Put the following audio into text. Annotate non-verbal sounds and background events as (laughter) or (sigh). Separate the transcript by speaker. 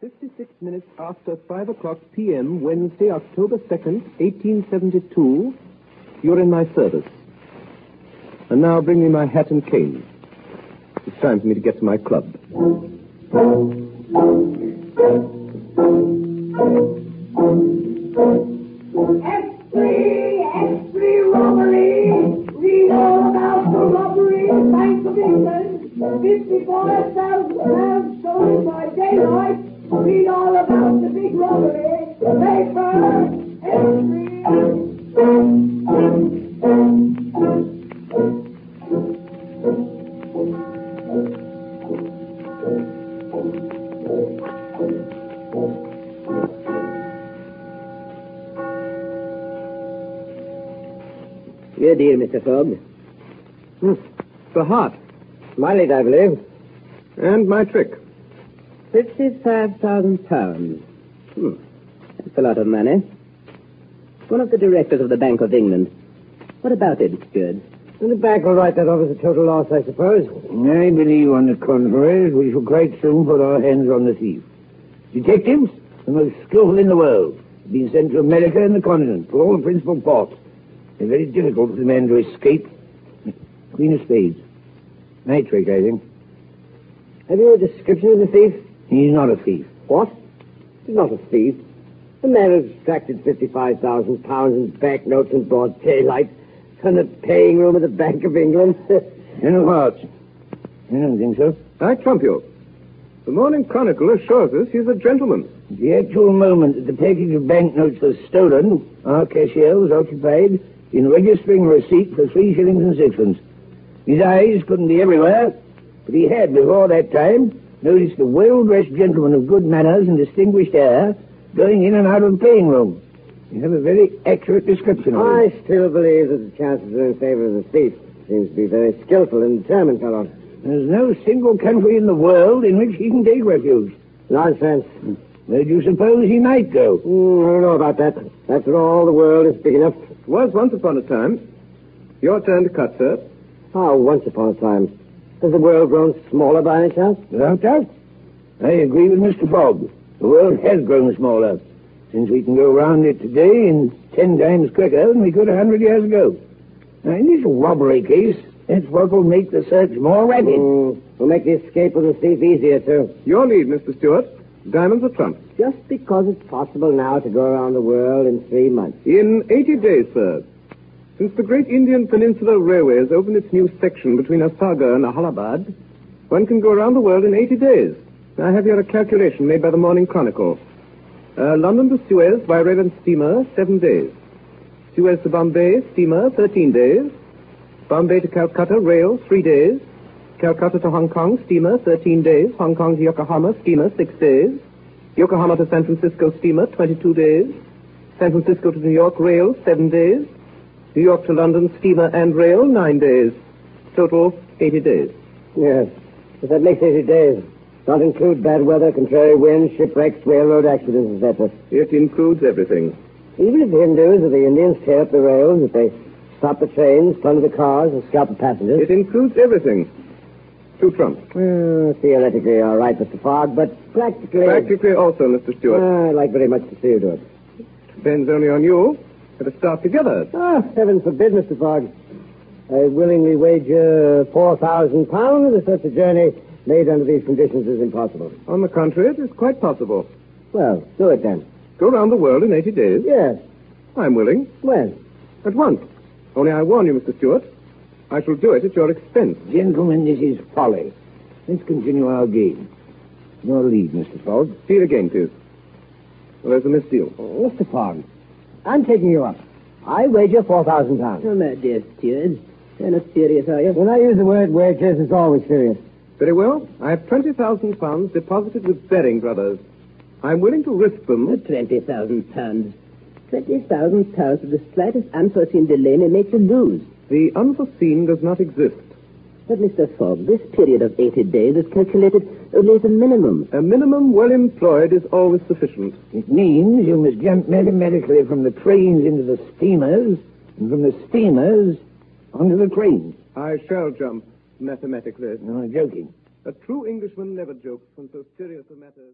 Speaker 1: 56 minutes after 5 o'clock p.m., Wednesday, October 2nd, 1872, you're in my service. And now bring me my hat and cane. It's time for me to get to my club.
Speaker 2: Every, every robbery. Read all about the robbery of the Bank of England. 55,000 pounds stolen by daylight. Read all about the big robbery. Paper, every.
Speaker 3: Your deal, Mr. Fogg.
Speaker 1: Hmm. The heart
Speaker 3: Mileage, I believe.
Speaker 1: and my trick.
Speaker 3: Fifty-five thousand pounds.
Speaker 1: Hmm.
Speaker 3: That's a lot of money. One of the directors of the Bank of England. What about it, Good?
Speaker 4: And the bank will write that off as a total loss, I suppose.
Speaker 5: I believe, on the contrary, we shall quite soon put our hands on the thief. Detectives, the most skillful in the world, have been sent to America and the continent, to all the principal ports. They're very difficult for the man to escape. Queen of Spades. Night trick, I think.
Speaker 4: Have you a description of the thief?
Speaker 5: He's not a thief.
Speaker 4: What? He's not a thief. The man who abstracted 55,000 pounds in banknotes in broad daylight from the paying room of the Bank of England. (laughs)
Speaker 5: Ten of hearts. I don't think so.
Speaker 1: I trump you. The Morning Chronicle assures us he's a gentleman.
Speaker 5: At the actual moment that the package of banknotes was stolen, our cashier was occupied in registering a receipt for three shillings and sixpence. His eyes couldn't be everywhere, but he had, before that time, noticed a well-dressed gentleman of good manners and distinguished air going in and out of the playing room. You have a very accurate description of him.
Speaker 4: I still believe that the chances are in favor of the thief. Seems to be very skillful and determined fellow.
Speaker 5: There's no single country in the world in which he can take refuge.
Speaker 4: Nonsense. Hmm,
Speaker 5: Where do you suppose he might go?
Speaker 4: I don't know about that. After all, the world is big enough.
Speaker 1: It was once upon a time. Your turn to cut, sir.
Speaker 4: How Ah, once upon a time. Has the world grown smaller by any chance?
Speaker 5: Without doubt. I agree with Mr. Fogg. The world has grown smaller since we can go round it today in ten times quicker than we could a hundred years ago. Now, in this robbery case, that's what will make the search more rapid.
Speaker 4: Mm, will make the escape of the thief easier, too.
Speaker 1: Your lead, Mr. Stewart. Diamonds are trumps.
Speaker 4: Just because it's possible now to go around the world in three months.
Speaker 1: In 80 days, sir, since the great Indian Peninsula Railway has opened its new section between Asaga and Allahabad, one can go around the world in 80 days. I have here a calculation made by the Morning Chronicle. Uh, London to Suez by rail and steamer, 7 days. Suez to Bombay, steamer, 13 days. Bombay to Calcutta, rail, 3 days. Calcutta to Hong Kong, steamer, 13 days. Hong Kong to Yokohama, steamer, 6 days. Yokohama to San Francisco, steamer, 22 days. San Francisco to New York rail, seven days. New York to London steamer and rail, nine days. Total, 80 days.
Speaker 4: Yes. But that makes 80 days. Not include bad weather, contrary winds, shipwrecks, railroad accidents, etc.
Speaker 1: It includes everything.
Speaker 4: Even if the Hindus or the Indians tear up the rails, if they stop the trains, plunder the cars, and scalp the passengers.
Speaker 1: It includes everything. Two trumps.
Speaker 4: Well, theoretically, all right, Mr. Fogg, but practically.
Speaker 1: Practically also, Mr. Stewart.
Speaker 4: Ah, I'd like very much to see you do it.
Speaker 1: Depends only on you. Let us start together.
Speaker 4: Ah, heaven forbid, Mr. Fogg. I willingly wager four thousand pounds that such a journey made under these conditions is impossible.
Speaker 1: On the contrary, it is quite possible.
Speaker 4: Well, do it then.
Speaker 1: Go round the world in 80 days.
Speaker 4: Yes.
Speaker 1: I'm willing.
Speaker 4: When?
Speaker 1: At once. Only I warn you, Mr. Stewart, I shall do it at your expense.
Speaker 5: Gentlemen, this is folly. Let's continue our game. Your lead, Mr. Fogg.
Speaker 1: Deal again, please. Well, there's a misdeal.
Speaker 4: Mr. Fogg, I'm taking you up. I wager four thousand pounds.
Speaker 3: Oh, my dear steward, you're not serious, are you?
Speaker 4: When I use the word wages, it's always serious.
Speaker 1: Very well. I have twenty thousand pounds deposited with Bering Brothers. I'm willing to risk
Speaker 3: Oh,
Speaker 1: them.
Speaker 3: 20,000 pounds. 20,000 pounds with the slightest unforeseen delay may make you lose.
Speaker 1: The unforeseen does not exist.
Speaker 3: But, Mr. Fogg, this period of 80 days is calculated only as a minimum.
Speaker 1: A minimum well employed is always sufficient.
Speaker 5: It means you must jump mathematically from the trains into the steamers, and from the steamers onto the trains.
Speaker 1: I shall jump mathematically.
Speaker 5: No, I'm joking.
Speaker 1: A true Englishman never jokes on so serious a matter. as-